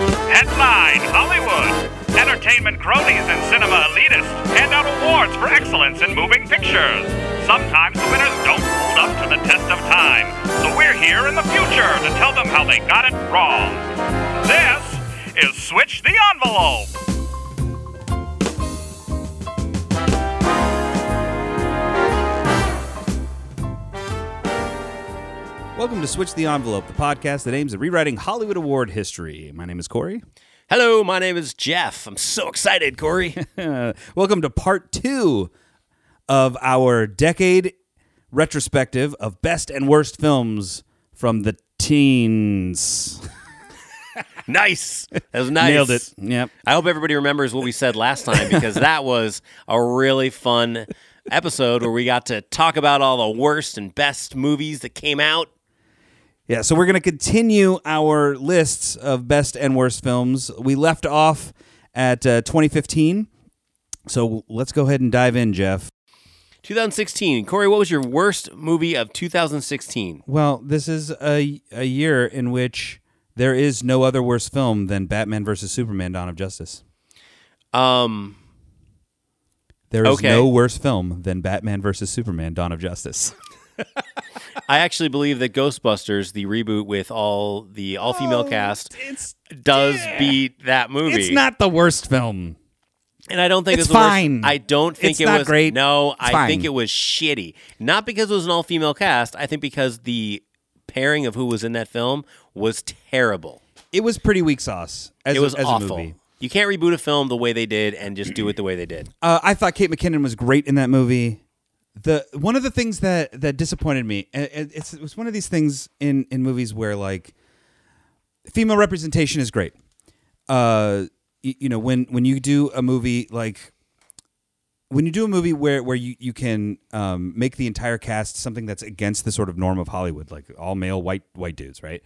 Headline Hollywood. Entertainment cronies and cinema elitists hand out awards for excellence in moving pictures. Sometimes the winners don't hold up to the test of time, so we're here in the future to tell them how they got it wrong. This is Switch the Envelope. Welcome to Switch the Envelope, the podcast that aims at rewriting Hollywood award history. My name is Corey. Hello, my name is Jeff. I'm so excited, Corey. Welcome to part two of our decade retrospective of best and worst films from the teens. nice. That was nice. Nailed it. Yep. I hope everybody remembers what we said last time because that was a really fun episode where we got to talk about all the worst and best movies that came out. Yeah, so we're going to continue our lists of best and worst films. We left off at uh, 2015. So let's go ahead and dive in, Jeff. 2016. Corey, what was your worst movie of 2016? Well, this is a, a year in which there is no other worse film than Batman versus Superman Dawn of Justice. Um, There is Okay. no worse film than Batman versus Superman Dawn of Justice. I actually believe that Ghostbusters, the reboot with all the all female cast, It's does beat that movie. Oh, it's not the worst film. And I don't think It's it was the worst- fine. I don't think It's it not was great. No, It's I fine. think it was shitty. Not because it was an all female cast. I think because the pairing of who was in that film was terrible. It was pretty weak sauce as It a- was as awful. a movie. You can't reboot a film the way they did and just do it the way they did. Uh, I thought Kate McKinnon was great in that movie. The one of the things that that disappointed me, and and it's, it was one of these things in in movies where like female representation is great. Uh, you, you know when when you do a movie like when you do a movie where where you you can um, make the entire cast something that's against the sort of norm of Hollywood, like all male white white dudes, right?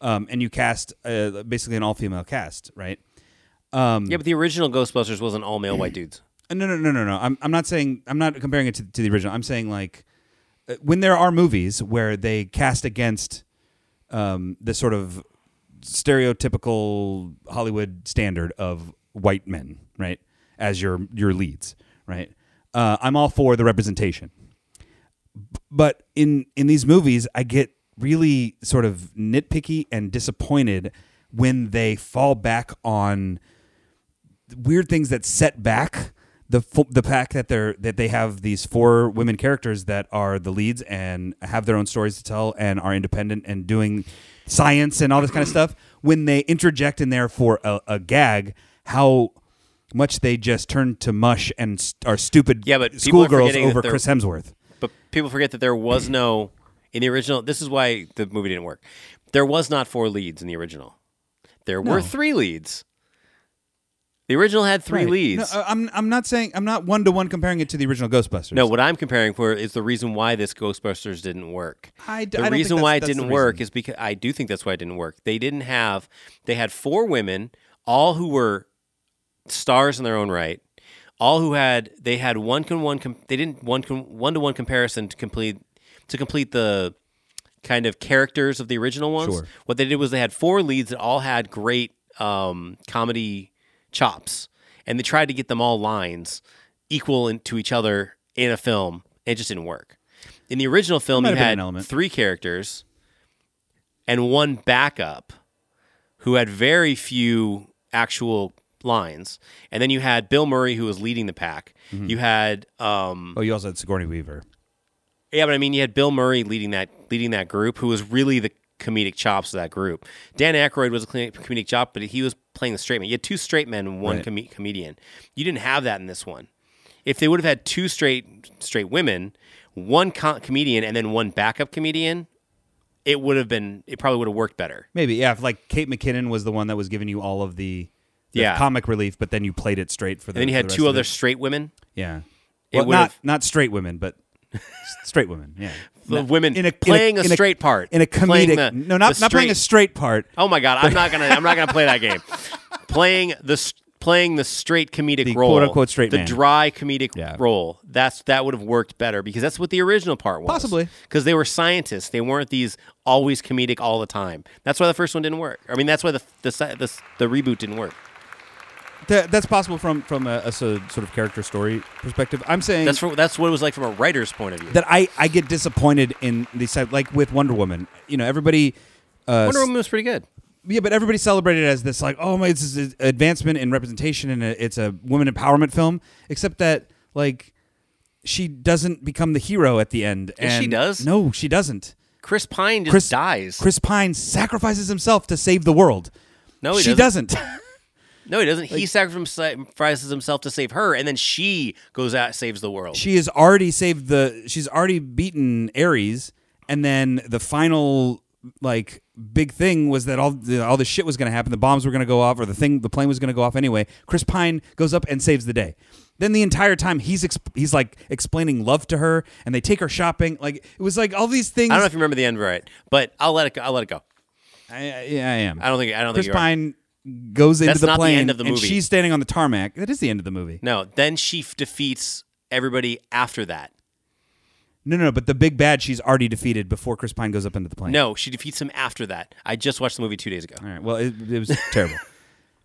Um, and you cast uh, basically an all female cast, right? Um, Yeah, but the original Ghostbusters wasn't all male white dudes. Uh, No, no, no, no, no. I'm, I'm not saying I'm not comparing it to, to the original. I'm saying like uh, when there are movies where they cast against um, the sort of stereotypical Hollywood standard of white men, right, as your your leads, right. Uh, I'm all for the representation, B- but in in these movies, I get really sort of nitpicky and disappointed when they fall back on weird things that set back the fu- the fact that they're that they have these four women characters that are the leads and have their own stories to tell and are independent and doing science and all this kind of stuff when they interject in there for a, a gag how much they just turn to mush and s are stupid Yeah, but people are schoolgirls forgetting that over they're- Chris Hemsworth. But people forget that there was no in the original. This is why the movie didn't work. There was not four leads in the original. There were three leads. The original had three leads. No, oh, I- I'm I'm not saying I'm not one to one comparing it to the original Ghostbusters. No, what I'm comparing for is the reason why this Ghostbusters didn't work. I d- the I don't think reason that's- why it that's the didn't work reason. is because I do think that's why it didn't work. They didn't have they had four women, all who were stars in their own right, all who had they had one con one com, they didn't one con, one to one comparison to complete to complete the kind of characters of the original ones. Sure. What they did was they had four leads that all had great um, comedy chops, and they tried to get them all lines equal in, to each other in a film. It just didn't work. In the original film, Might you have been an had element. three characters and one backup who had very few actual lines, and then you had Bill Murray who was leading the pack. Mm-hmm. You had um, Oh, you also had Sigourney Weaver. yeah, but I mean, you had Bill Murray leading that leading that group, who was really the comedic chops of that group. Dan Aykroyd was a clean- comedic chop, but he was playing the straight man. You had two straight men and one Right. come- comedian. You didn't have that in this one. If they would have had two straight straight women, one co- comedian, and then one backup comedian, it would have been. It probably would have worked better. Maybe yeah. If like Kate McKinnon was the one that was giving you all of the, the Yeah. comic relief, but then you played it straight for the. And then you for had the two rest of other it. straight women. yeah. it Well, not would've- not straight women, but s- straight women. Yeah. The women playing a in straight part. in a Playing comedic. the- no, not the not playing a straight- straight part. Oh my god, I'm not gonna I'm not gonna play that game. Playing the s- playing the straight comedic The role, quote-unquote straight the man. dry comedic Yeah. role. That's that would have worked better because that's what the original part was. Possibly. because they were scientists; they weren't these always comedic all the time. That's why the first one didn't work. I mean, that's why the the si- the, the reboot didn't work. Th- that's possible from from a, a s- sort of character story perspective. I'm saying That's from, that's what it was like from a writer's point of view. that I I get disappointed in these type like with Wonder Woman. You know, everybody. Uh, Wonder Woman was pretty good. Yeah, but everybody celebrated it as this like, oh my, this is an advancement in representation and a, it's a women empowerment film. Except that like, she doesn't become the hero at the end. Yes, she and- does. No, she doesn't. Chris Pine just Chris dies. Chris Pine sacrifices himself to save the world. No, he she doesn't. doesn't. no, he doesn't. he sacrifices himself to save her, and then she goes out saves the world. she has already saved the. She's already beaten Ares, and then the final like big thing was that all the, all the shit was going to happen. The bombs were going to go off, or the thing, the plane was going to go off anyway. Chris Pine goes up and saves the day. Then the entire time he's ex- he's like explaining love to her, and they take her shopping. Like it was like all these things. I don't know if you remember the end right, but I'll let it go. I'll let it go. I, I- yeah, I am. I don't think. I don't Chris think you're. right. Pine goes into That's the not the plane, end of the and movie. she's standing on the tarmac. That is the end of the movie. No, then she f- defeats everybody after that. No, no, no. But the big bad she's already defeated before Chris Pine goes up into the plane. No, she defeats him after that. I just watched the movie two days ago. All right. Well, it, it was terrible.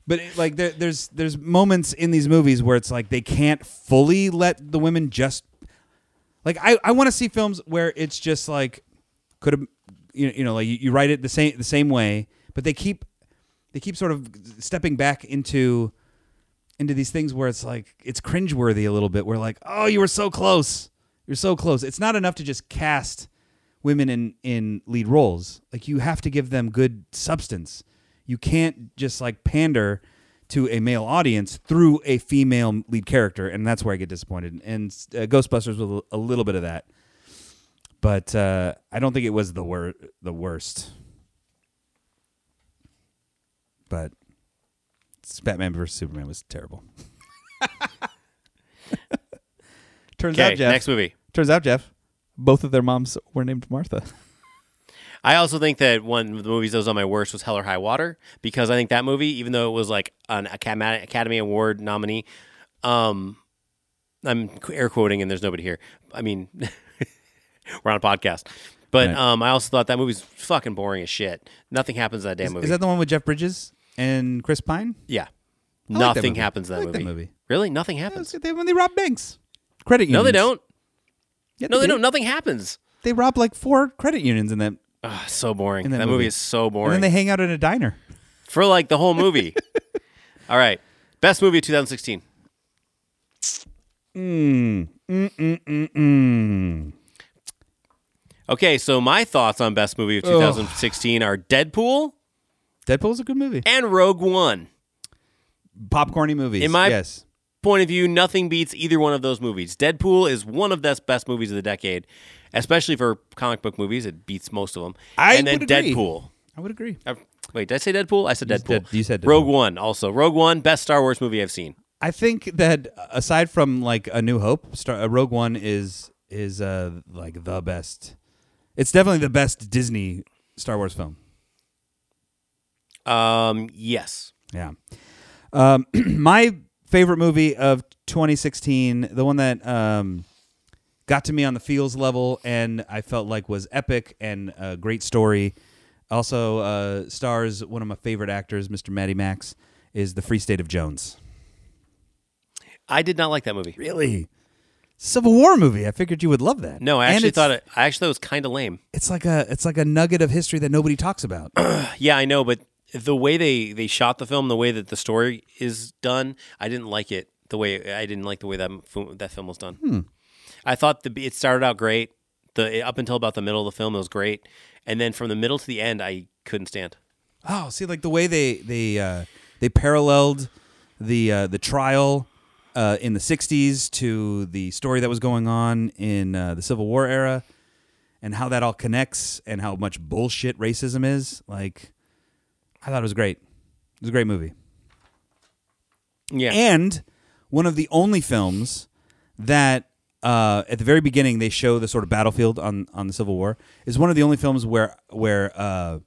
But it, like, there, there's there's moments in these movies where it's like they can't fully let the women just like I, I want to see films where it's just like could have you know, you know like you, you write it the same the same way, but they keep they keep sort of stepping back into into these things where it's like it's cringeworthy a little bit. Where like, oh, you were so close, you're so close. It's not enough to just cast women in in lead roles. Like you have to give them good substance. You can't just like pander to a male audience through a female lead character, and that's where I get disappointed. And uh, Ghostbusters was a little bit of that, but uh, I don't think it was the wor- the worst. But it's Batman versus Superman was terrible. Turns Okay, out, Jeff. next movie. Turns out, Jeff. Both of their moms were named Martha. I also think that one of the movies that was on my worst was Hell or High Water because I think that movie, even though it was like an Academy Academy Award nominee, um, I'm air quoting and there's nobody here. I mean, we're on a podcast, but Right. um, I also thought that movie's fucking boring as shit. Nothing happens in that damn movie. Is that the one with Jeff Bridges and Chris Pine? yeah, like that nothing movie. happens in I that, like that movie. movie. Really, nothing That was happens. good. They, when they rob banks, credit unions. No, they don't. Yeah, No, they do. don't. Nothing happens. They rob like four credit unions in that, Ugh, Ah, so boring. In That, that movie movie. is so and boring then they hang out in a diner. for like the whole movie. All right, best movie of 2016. Mm. Okay, so my thoughts on best movie of 2016 are Deadpool Deadpool's a good movie. and Rogue One. Popcorny movies. In my- yes, Point of view, nothing beats either one of those movies. Deadpool is one of the best movies of the decade, especially for comic book movies. It beats most of them. I and then would agree. Deadpool. I would agree. Uh, Wait, did I say Deadpool? I said You Deadpool. said Dead- you said Rogue Deadpool. One also. Rogue One, best Star Wars movie I've seen. I think that uh, aside from like A New Hope, Star, uh, Rogue One is is uh like the best. It's definitely the best Disney Star Wars film. Um, yes. Yeah. Um, my favorite movie of 2016, the one that um, got to me on the feels level and I felt like was epic and a great story. Also uh, stars one of my favorite actors, Mr. Matty Max, is The Free State of Jones. I did not like that movie. Really? Civil War movie. I figured you would love that. No, I And actually it's- thought it, I actually thought it was kind of lame. it's like a it's like a nugget of history that nobody talks about. Yeah, I know, but the way they they shot the film, the way that the story is done, I didn't like it. The way I didn't like the way that film, that film was done. Hmm. I thought the it started out great. The up until about the middle of the film, it was great, and then from the middle to the end, I couldn't stand. Oh, see, like the way they they uh, they paralleled the uh, the trial uh, in the '60s to the story that was going on in uh, the Civil War era, and how that all connects, and how much bullshit racism is. Like, I thought it was great. It was a great movie, Yeah, and one of the only films that. Uh, at the very beginning, they show the sort of battlefield on, on the Civil War. Is one of the only films where where uh,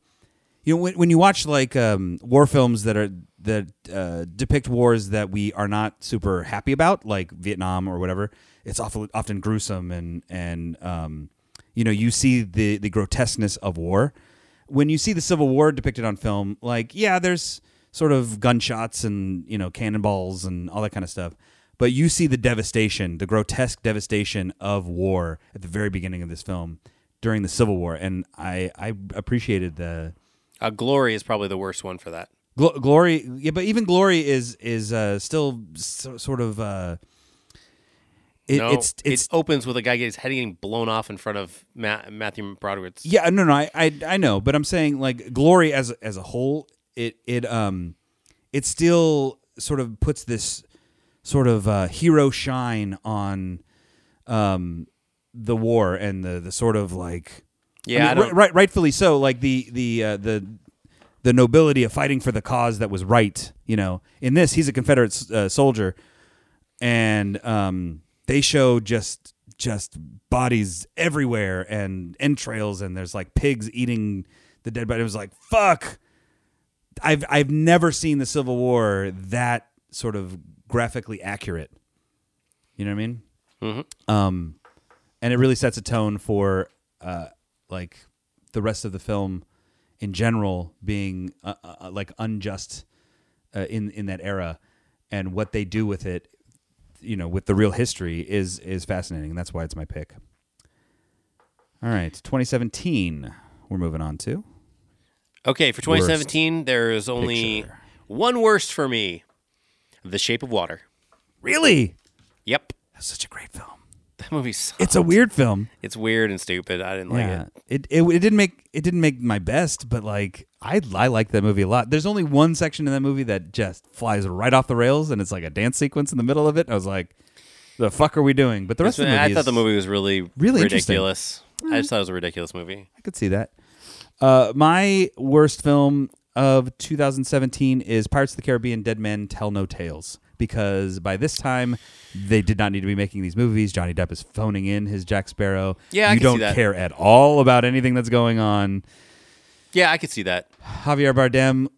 you know when, when you watch like um, war films that are th- that uh, depict wars that we are not super happy about, like Vietnam or whatever, it's awful, often gruesome and and um, you know you see the the grotesqueness of war. When you see the Civil War depicted on film, like yeah, there's sort of gunshots and you know cannonballs and all that kind of stuff, but you see the devastation, the grotesque devastation of war at the very beginning of this film during the Civil War, and I I appreciated the. Uh, Glory is probably the worst one for that. Gl- glory, yeah, but even glory is is uh, still so, sort of uh, it, no, it's it's it opens with a guy getting his head getting blown off in front of Ma- Matthew Broderick's. yeah no no I, I I know but I'm saying like glory as as a whole it it um it still sort of puts this sort of uh, hero shine on um the war and the the sort of like Yeah, I I mean, don't- ri- right rightfully so like the the uh, the the nobility of fighting for the cause that was right you know in this he's a Confederate s- uh, soldier and um, they show just just bodies everywhere and entrails and there's like pigs eating the dead body. It was like fuck. I've I've never seen the Civil War that sort of graphically accurate. You know what I mean? Mm-hmm. Um, and it really sets a tone for uh, like the rest of the film in general being uh, uh, like unjust uh, in in that era, and what they do with it, you know, with the real history is is fascinating, and that's why it's my pick. All right, 2017. We're moving on to. Okay, for 2017, there is only Picture. one worst for me: The Shape of Water. Really? Yep, That's such a great film. that movie sucks. It's a weird film. It's weird and stupid. I didn't like it. It, it it didn't make it didn't make my best, but like I I like that movie a lot. There's only one section in that movie that just flies right off the rails, and it's like a dance sequence in the middle of it. I was like, "The fuck are we doing?" But the rest So, of the movie, I thought is- the movie was really, Really interesting. Mm. ridiculous. I just thought it was a ridiculous movie. I could see that. Uh, my worst film of 2017 is Pirates of the Caribbean: Dead Men Tell No Tales because by this time they did not need to be making these movies. Johnny Depp is phoning in his Jack Sparrow. Yeah, I you can see don't that. care at all about anything that's going on. Yeah, I could see that. Javier Bardem,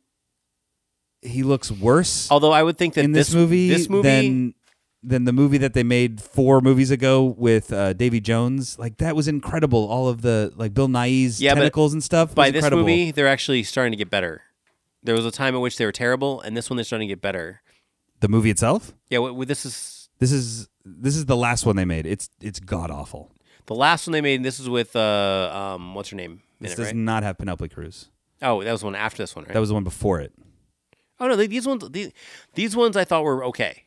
he looks worse Although I would think that in this, movie, Oh, this movie, than than the movie that they made four movies ago with uh, Davy Jones. Like that was incredible. All of the like Bill Nye's Yeah, but tentacles and stuff. by was this incredible. movie, they're actually starting to get better. There was a time at which they were terrible, and this one they're starting to get better. the movie itself. Yeah, w- w- this is This is this is the last one they made. It's it's god awful. the last one they made. And this is with uh, um, what's her name? in This it, does right? not have Penelope Cruz. Oh, that was one after this one, right? That was the one before it. oh no, they- these ones, these, these ones I thought were okay.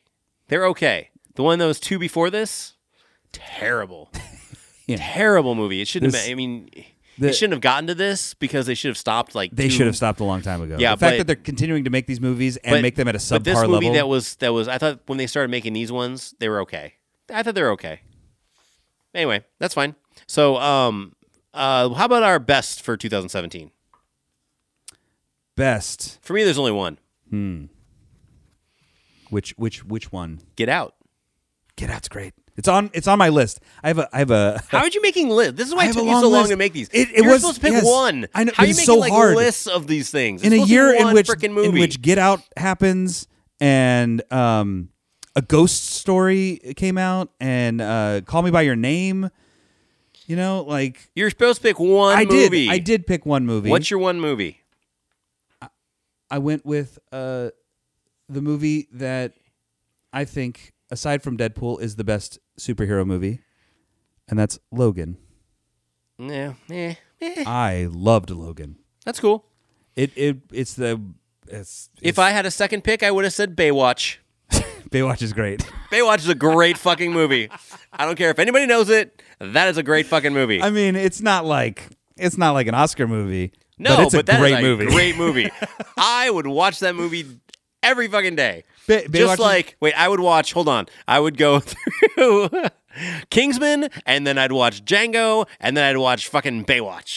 They're okay. The one that was two before this, terrible, Yeah. terrible movie. It shouldn't have. This- Been, I mean, the- it shouldn't have gotten to this because they should have stopped. Like They two- should have stopped a long time ago. Yeah, the fact but- that they're continuing to make these movies and but- make them at a subpar But this movie level. that was that was I thought when they started making these ones, they were okay. I thought they were okay. Anyway, that's fine. So, um, uh, how about our best for 2017? best. For me, there's only one. Which which which one? Get out. Get Out's great. It's on. It's on my list. I have a. I have a. How are you making lists? This is why I it have took a you so long long list. to make these. It- it You're was- supposed to pick yes. one. I know, How are it you was making so like hard. lists of these things? It's in a supposed to be year in one which frickin' movie. in which Get Out happens and um, a ghost story came out and uh, Call Me by Your Name. You know, like you're supposed to pick one I did. movie. I did pick one movie. What's your one movie? I went with uh, the movie that I think, aside from Deadpool, is the best superhero movie, and that's Logan. Yeah, eh, eh, I loved Logan. that's cool. It it it's the it's, If I had a second pick, I would have said Baywatch. Baywatch is great. Baywatch is a great fucking movie. I don't care if anybody knows it. That is a great fucking movie. I mean, it's not like it's not like an Oscar movie. no, but it's a that is great movie. Great movie. I would watch that movie every fucking day. Ba- Baywatch Just is- like wait, I would watch. Hold on, I would go through Kingsman, and then I'd watch Django, and then I'd watch fucking Baywatch.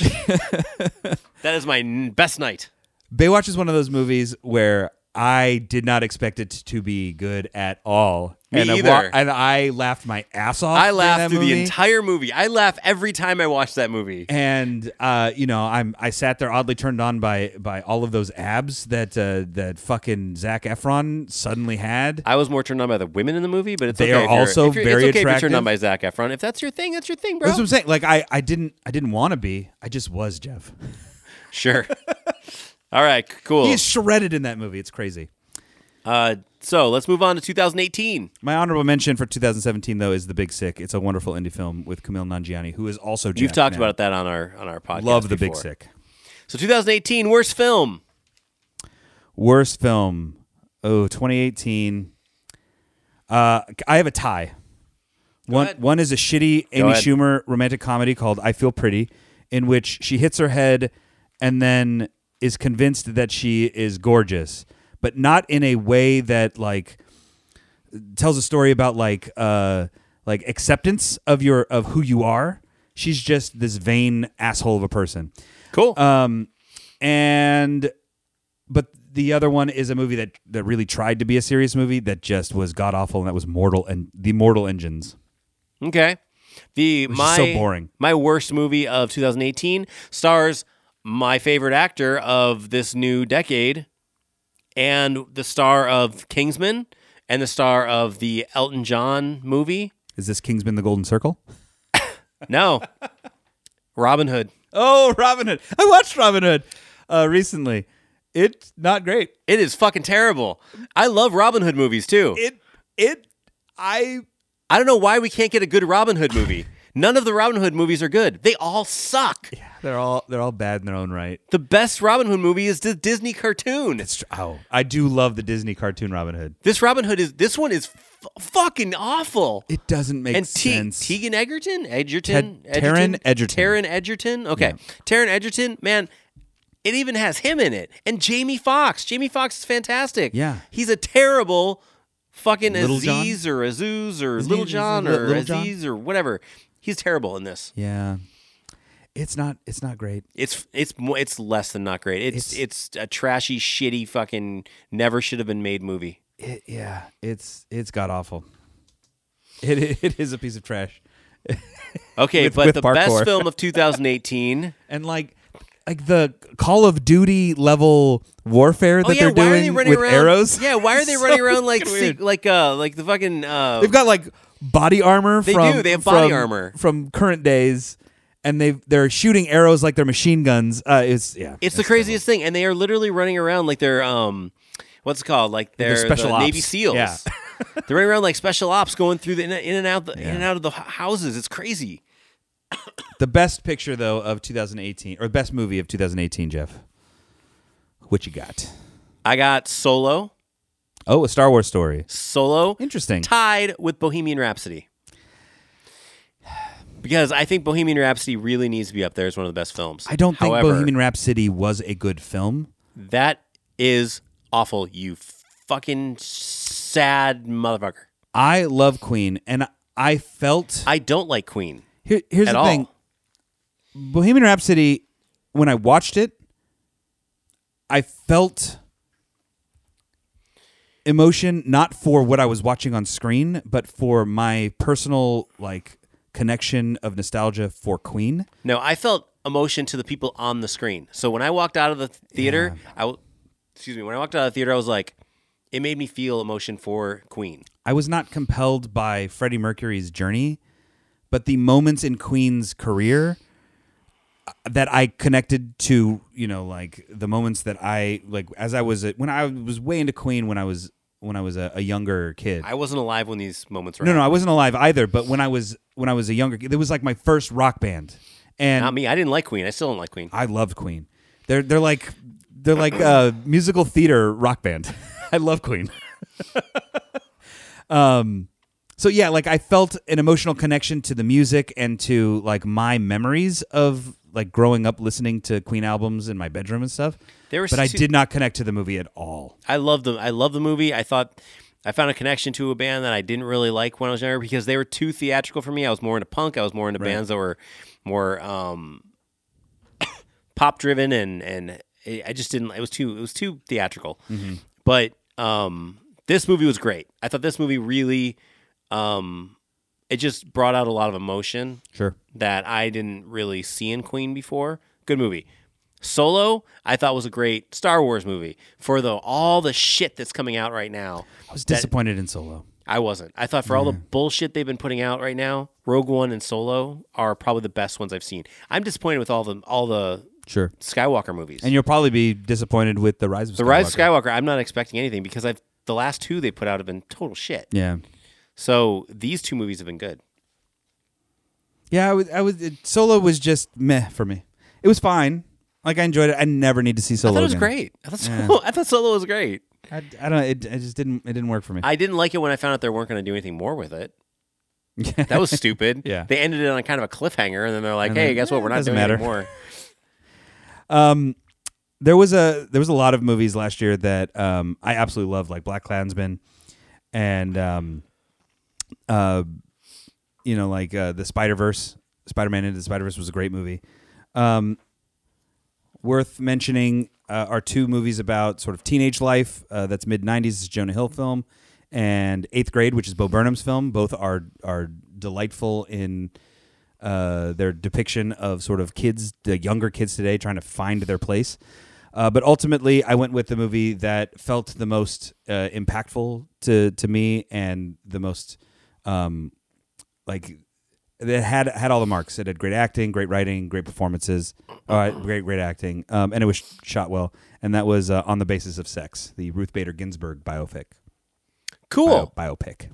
that is my n- best night. Baywatch is one of those movies where I did not expect it to be good at all. Me and I either. and I laughed my ass off. I during that laughed through the movie. entire movie. I laugh every time I watch that movie. And uh, you know, I'm I sat there oddly turned on by by all of those abs that uh, that fucking Zach Efron suddenly had. I was more turned on by the women in the movie, but it's They okay are if you're- also if you're- very it's okay If you're turned on by Zac Efron, if that's your thing, that's your thing, bro. That's what I'm saying. Like I, I didn't I didn't want to be. I just was Jeff. sure. All right, cool. He is shredded in that movie. It's crazy. Uh, so let's move on to 2018. My honorable mention for 2017 though is The Big Sick. It's a wonderful indie film with Camille Nanjiani, who is also Jeff You've talked now. about that on our on our podcast. Love The Big before. Sick. So 2018 worst film. Worst film. Oh, 2018. Uh, I have a tie. One ahead. one is a shitty Amy ahead. Schumer romantic comedy called I Feel Pretty, in which she hits her head and then is convinced that she is gorgeous, but not in a way that like tells a story about like uh like acceptance of your of who you are. She's just this vain asshole of a person Cool. and but the other one is a movie that that really tried to be a serious movie that just was god awful and that was mortal and the mortal engines okay. The is my so boring. My worst movie of 2018 stars my favorite actor of this new decade, and the star of Kingsman, and the star of the Elton John movie. is this kingsman the golden circle No, Robin Hood. oh robin hood i watched robin hood uh, recently it's not great It is fucking terrible. I love Robin Hood movies too. it it i I don't know why we can't get a good Robin Hood movie. None of the Robin Hood movies are good. They all suck. they're all they're all bad in their own right The best Robin Hood movie is the Disney cartoon. it's tr- oh i do love the disney cartoon robin hood This Robin Hood is this one is f- fucking awful. it doesn't make and Te- sense Tegan Egerton, Edgerton, Ted- Taron Egerton. Taron Edgerton. Okay, Taron Edgerton, man, it even has him in it, and Jamie Foxx. Jamie Foxx is fantastic. Yeah. he's a terrible fucking Little John? Aziz or Azuz or Isn't he Little John Little- or Little John? Aziz or whatever. He's terrible in this. yeah it's not it's not great It's it's mo- it's less than not great. It's it's, It's- a trashy, shitty, fucking never should have been made movie. it, yeah, it's it's god awful. It it is a piece of trash, Okay, With- but with the best parkour. film of 2018. and like like the Call of Duty level warfare that oh yeah, they're why doing are they running with around? arrows. Yeah, why are they So running around like fucking sick, weird. like uh like the fucking uh they've got like body armor? They from, do, they have body from- armor. from current days, and they they're shooting arrows like they're machine guns. Uh, it's yeah, it's the craziest thing, and they are literally running around like they're um what's it called like they're, special the ops. Navy SEALs. Yeah. they're running around like special ops, going through the in, in and out the, in Yeah. and out of the h- houses. It's crazy. The best picture though of 2018 or best movie of 2018, Jeff. What you got? I got Solo, Oh, a Star Wars story. Solo, Interesting. tied with Bohemian Rhapsody. Because I think Bohemian Rhapsody really needs to be up there as one of the best films. I don't think However, Bohemian Rhapsody was a good film. That is awful, you fucking sad motherfucker. I love Queen, and I felt. I don't like Queen Here, here's at the all. thing: Bohemian Rhapsody. When I watched it, I felt emotion not for what I was watching on screen, but for my personal like connection of nostalgia for Queen. No, I felt emotion to the people on the screen. So when I walked out of the theater, I w- excuse me, when I walked out of the theater, I was like, it made me feel emotion for Queen. I was not compelled by Freddie Mercury's journey, but the moments in Queen's career uh, that I connected to, you know, like the moments that I like as I was a, when I was way into Queen when I was when I was a, a younger kid. I wasn't alive when these moments were. no, no, I happening. wasn't alive either, but when I was when I was a younger kid, it was like my first rock band. And not me. I didn't like Queen. I still don't like Queen. I loved Queen. They're they're like they're like a musical theater rock band. I love Queen. um so yeah, like I felt an emotional connection to the music and to like my memories of like growing up listening to Queen albums in my bedroom and stuff. There was but I two- did not connect to the movie at all. I love the I love the movie. I thought I found a connection to a band that I didn't really like when I was younger because they were too theatrical for me. I was more into punk. I was more into bands that were more um, pop driven and and I I just didn't. It was too it was too theatrical. But um, this movie was great. I thought this movie really, um, it just brought out a lot of emotion Sure. that I didn't really see in Queen before. Good movie. Solo, I thought was a great Star Wars movie. For the all the shit that's coming out right now, I was disappointed in Solo. I wasn't. I thought for all the bullshit they've been putting out right now, Rogue One and Solo are probably the best ones I've seen. I'm disappointed with all the all the Sure. Skywalker movies. And you'll probably be disappointed with the Rise of the Rise of Skywalker, I'm not expecting anything because I've the last two they put out have been total shit. Yeah. So these two movies have been good. Yeah, I was. I was. It, Solo was just meh for me. It was fine. Like I enjoyed it. I never need to see Solo. I thought it was again. great. I thought Solo, I thought Solo was great. I, I don't. It, it just didn't. It didn't work for me. I didn't like it when I found out they weren't going to do anything more with it. That was stupid. Yeah. They ended it on kind of a cliffhanger, and then they're like, And "Hey, then, guess what? eh, We're not doesn't doing matter." anymore." um, there was a there was a lot of movies last year that um I absolutely loved, like Black Klansman, and um, uh, you know, like uh, the Spider Verse, Spider Man into the Spider Verse was a great movie. Um, worth mentioning uh, are two movies about sort of teenage life. Uh, that's mid '90s. Is Jonah Hill film, and Eighth Grade, which is Bo Burnham's film. Both are are delightful in uh, their depiction of sort of kids, the younger kids today, trying to find their place. Uh, but ultimately, I went with the movie that felt the most uh, impactful to to me and the most um, like it had had all the marks. It had great acting, great writing, great performances, uh, great great acting, um, and it was shot well. And that was uh, on the basis of sex, the Ruth Bader Ginsburg biopic. Cool. Bio- biopic.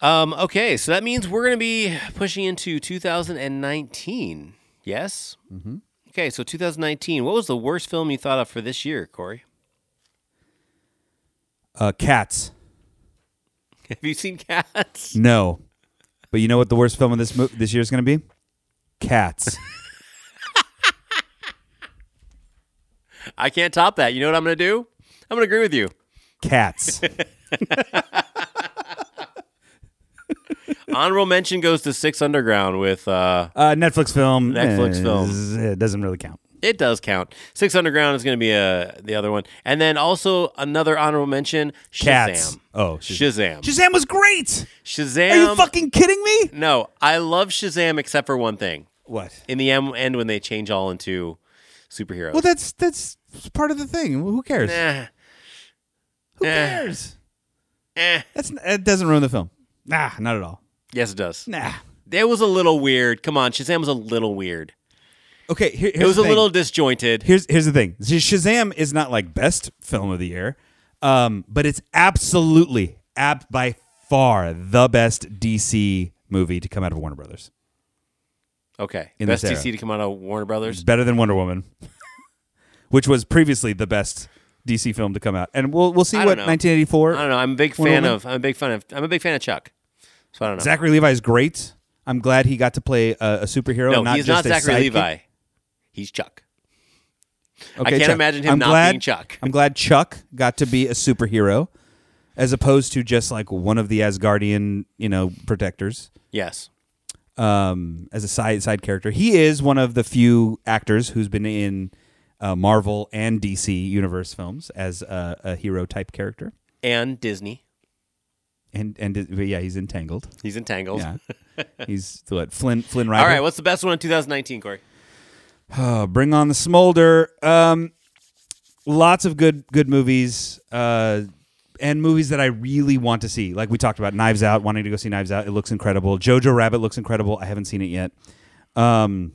Um, okay, so that means we're going to be pushing into 2019. Yes. Mm-hmm. Okay, so 2019. What was the worst film you thought of for this year, Corey? Uh, cats. Have you seen Cats? No, but you know what the worst film of this mo- this year is going to be? Cats. I can't top that. You know what I'm going to do? I'm going to agree with you. Cats. Honorable mention goes to Six Underground with uh, Uh, Netflix film. Netflix eh, film. z- It doesn't really count. It does count. Six Underground is going to be uh, the other one, and then also another honorable mention: Shazam. Cats. Oh, Shazam. Shazam was great. Shazam. Are you fucking kidding me? No, I love Shazam except for one thing. What? In the em- end, when they change all into superheroes. Eh, Well, that's that's part of the thing. Who cares? Nah, Who eh. cares? eh. That's it. Doesn't ruin the film. Nah, not at all. Yes, it does. Nah. It was a little weird. Come on, Shazam was a little weird. Okay. Here, here's It was the a thing. little disjointed. Here's here's the thing. Shazam is not like best film of the year, um, but it's absolutely ab by far the best DC movie to come out of Warner Brothers. Okay, In best this era. DC to come out of Warner It's Brothers. better than Wonder Woman, which was previously the best DC film to come out. And we'll we'll see I what don't know. 1984. I don't know. I'm a big Wonder fan Woman? of. I'm a big fan of. I'm a big fan of Chuck. So I don't know. Zachary Levi is great. I'm glad he got to play a, a superhero. no, and not he's not just a Zachary sidekick. Levi. He's Chuck. Okay, can't Chuck. imagine him I'm not glad, being Chuck. I'm glad Chuck got to be a superhero, as opposed to just like one of the Asgardian, you know, protectors. Yes. um, as a side side character. He is one of the few actors who's been in uh, Marvel and DC universe films as a, a hero type character. And Disney. And and but yeah, he's entangled. He's entangled. Yeah, he's what Flynn Flynn Rider. All right. What's the best one in 2019, Corey? Uh, bring on the smolder. Um, lots of good good movies. Uh, and movies that I really want to see, like we talked about, Knives Out. Wanting to go see Knives Out, it looks incredible. Jojo Rabbit looks incredible. I haven't seen it yet. Um,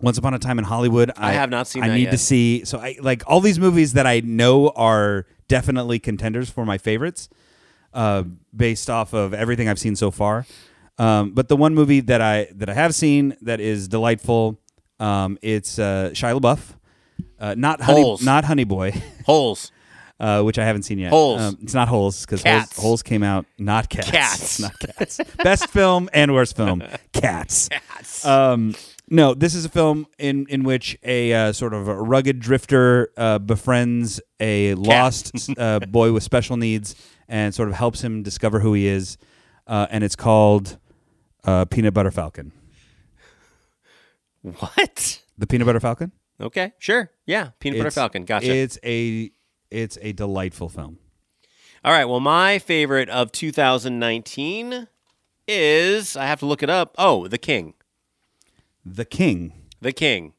Once Upon a Time in Hollywood. I, have not seen I that need to yet. see. So I like all these movies that I know are definitely contenders for my favorites, uh, based off of everything I've seen so far. Um, but the one movie that I that I have seen that is delightful, um, it's uh, Shia LaBeouf, uh, not honey, Holes. not Honey Boy. Holes. uh, which I haven't seen yet. Um, Holes. it's not holes because holes, Cats. holes came out not cats. Cats. not cats. Best film and worst film. Cats. Um, no, this is a film in in which a uh, sort of a rugged drifter uh, befriends a lost uh, boy with special needs and sort of helps him discover who he is. Uh, and it's called uh, Peanut Butter Falcon. What? The Peanut Butter Falcon. Okay. Sure. Yeah. Peanut butter It's- falcon. Gotcha. It's a It's a delightful film. All right. Well, my favorite of 2019 is I have to look it up. Oh, The King. The King. The King.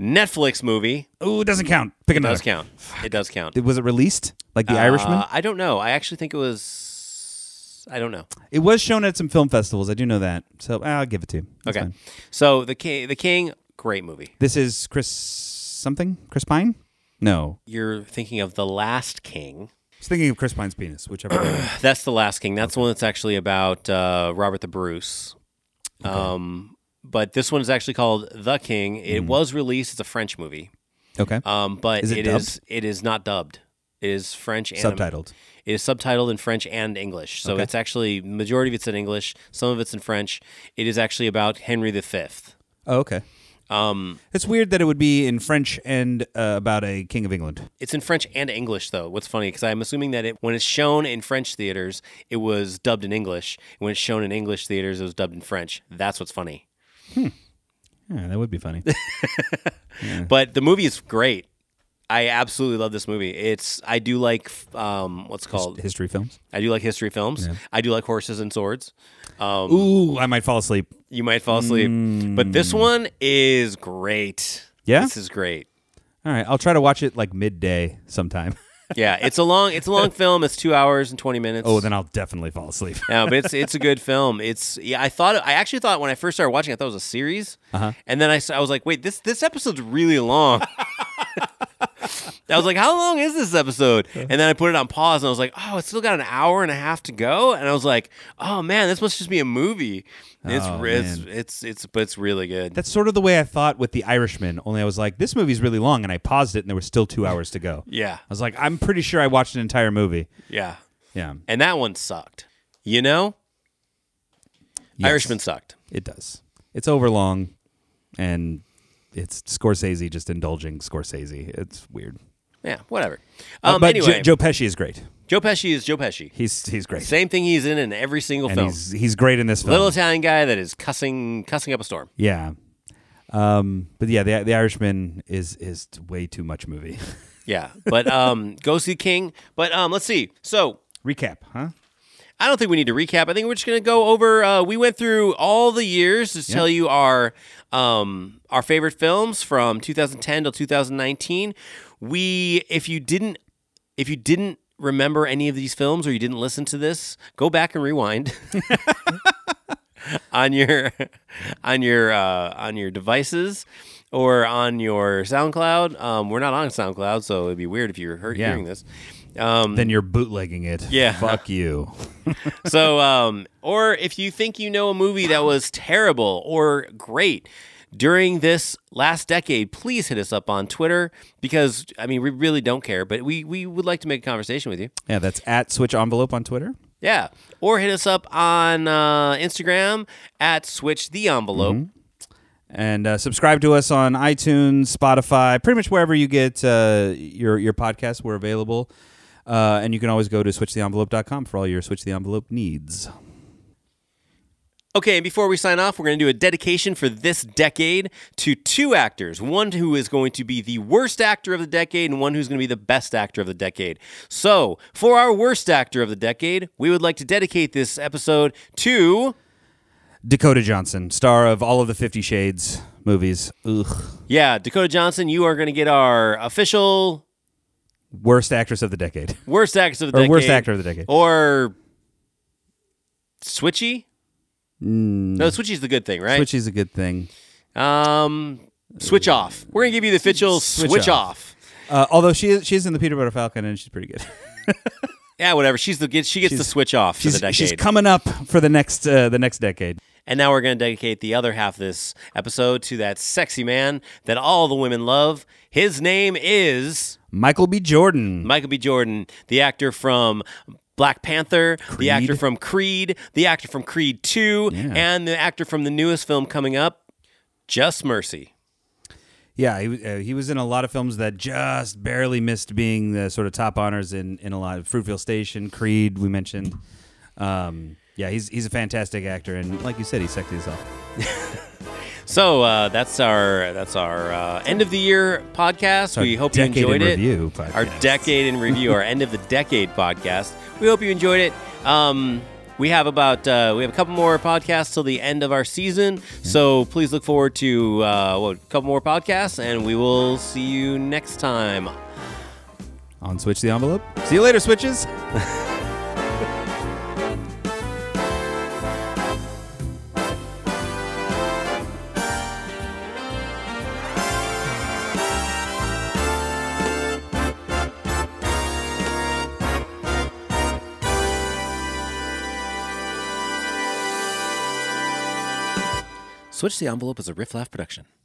Netflix movie Ooh, it doesn't count. Pick another. does count. It does count. It- Was it released like The Irishman? Uh, I don't know. I actually think it was. I don't know. It was shown at some film festivals. I do know that. So eh, I'll give it to you. That's Okay. fine. So the king, the king, great movie. This is Chris something? Chris Pine? No. You're thinking of the Last King. I was thinking of Chris Pine's penis, whichever. way. That's the Last King. That's the one that's actually about uh, Robert the Bruce. Um, but this one is actually called The King. It was released. It's a French movie. Okay. Um, but Hmm. Is it it is it is not dubbed. It is French and Subtitled. It is subtitled in French and English. So Okay. it's actually majority of it's in English. Some of it's in French. It is actually about Henry V. Oh, okay. Um, It's weird that it would be in French and uh, about a king of England. it's in French and English though. What's funny because I'm assuming that it when it's shown in French theaters, it was dubbed in English. When it's shown in English theaters, it was dubbed in French. That's what's funny. Yeah, that would be funny. But the movie is great. I absolutely love this movie. It's I do like f- um, what's it called History films. I do like history films. I do like horses and swords. Um, Ooh, I might fall asleep. you might fall asleep. But this one is great. Mm. Yeah? This is great. All right, I'll try to watch it like midday sometime. Yeah, it's a long it's a long film. It's two hours and twenty minutes. oh, then I'll definitely fall asleep. no, but it's it's a good film. It's yeah. I thought I actually thought when I first started watching, it, I thought it was a series, uh-huh. and then I, s- I was like, wait, this this episode's really long. I was like, how long is this episode? And then I put it on pause, and I was like, oh, it's still got an hour and a half to go. And I was like, oh man, this must just be a movie. And It's Oh, re- it's, man. it's it's but it's really good. That's sort of the way I thought with The Irishman, only I was like, this movie's really long, and I paused it, and there was still two hours to go. yeah, I was like, I'm pretty sure I watched an entire movie. yeah. Yeah. And that one sucked. You know, Yes, Irishman sucked. It does. It's overlong, and it's Scorsese just indulging Scorsese. It's weird. Yeah, whatever. Uh, Um, but Jo- anyway, Joe Pesci is great. Joe Pesci is Joe Pesci. He's he's great. Same thing he's in in every single and film. he's he's great in this film. Little Italian guy that is cussing cussing up a storm. yeah. Um, but yeah, the the Irishman is is way too much movie. Yeah, but um, go see King. But um, let's see. So Recap, huh? I don't think we need to recap. I think we're just gonna go over. Uh, we went through all the years to tell you our um, our favorite films from 2010 till 2019. We, if you didn't, if you didn't remember any of these films or you didn't listen to this, go back and rewind. on your on your uh, on your devices or on your SoundCloud. Um, we're not on SoundCloud, so it'd be weird if you were heard, Yeah. hearing this. Um, Then you're bootlegging it. Yeah. Fuck you. so, um, or if you think you know a movie that was terrible or great during this last decade, please hit us up on Twitter because I mean we really don't care, but we we would like to make a conversation with you. Yeah, that's at Switch Envelope on Twitter. Yeah, or hit us up on uh, Instagram at Switch the Envelope. and uh, subscribe to us on iTunes, Spotify, pretty much wherever you get uh, your your podcasts. We're available, uh, and you can always go to switchtheenvelope.com for all your switch the envelope needs. Okay, and before we sign off, we're going to do a dedication for this decade to two actors one who is going to be the worst actor of the decade, and one who's going to be the best actor of the decade. So, for our worst actor of the decade, we would like to dedicate this episode to. Dakota Johnson, star of all of the Fifty Shades movies. Ugh, Yeah, Dakota Johnson, you are going to get our official worst actress of the decade, worst actor of the or decade. worst actor of the decade. Or. Switchy? Mm. No, Switchy's the good thing, right? Which is a good thing. Um, switch off. We're going to give you the official switch, Switch off. off. Uh, although she is, she's in the Peter Butter Falcon and she's pretty good. Yeah, whatever. She's the get, she gets the switch off for the She's, decade. she's coming up for the next uh, the next decade. and now we're going to dedicate the other half of this episode to that sexy man that all the women love. His name is Michael B. Jordan. Michael B. Jordan, the actor from Black Panther, the actor Creed. from Creed, the actor from Creed 2, Yeah. and the actor from the newest film coming up, Just Mercy. Yeah, he, w- uh, he was in a lot of films that just barely missed being the sort of top honors in, in a lot of Fruitvale Station, Creed, we mentioned. Um, yeah, he's he's a fantastic actor, and like you said, he's sexy as hell. So uh, that's our that's our uh, end of the year podcast. our we hope you decade enjoyed in it. review podcast. Our decade in review, our end of the decade podcast. We hope you enjoyed it. Um, we have about uh, we have a couple more podcasts till the end of our season, so please look forward to uh, what, a couple more podcasts, and we will see you next time. on Switch the Envelope. See you later, Switches. Switch the envelope is a Riff Laugh production.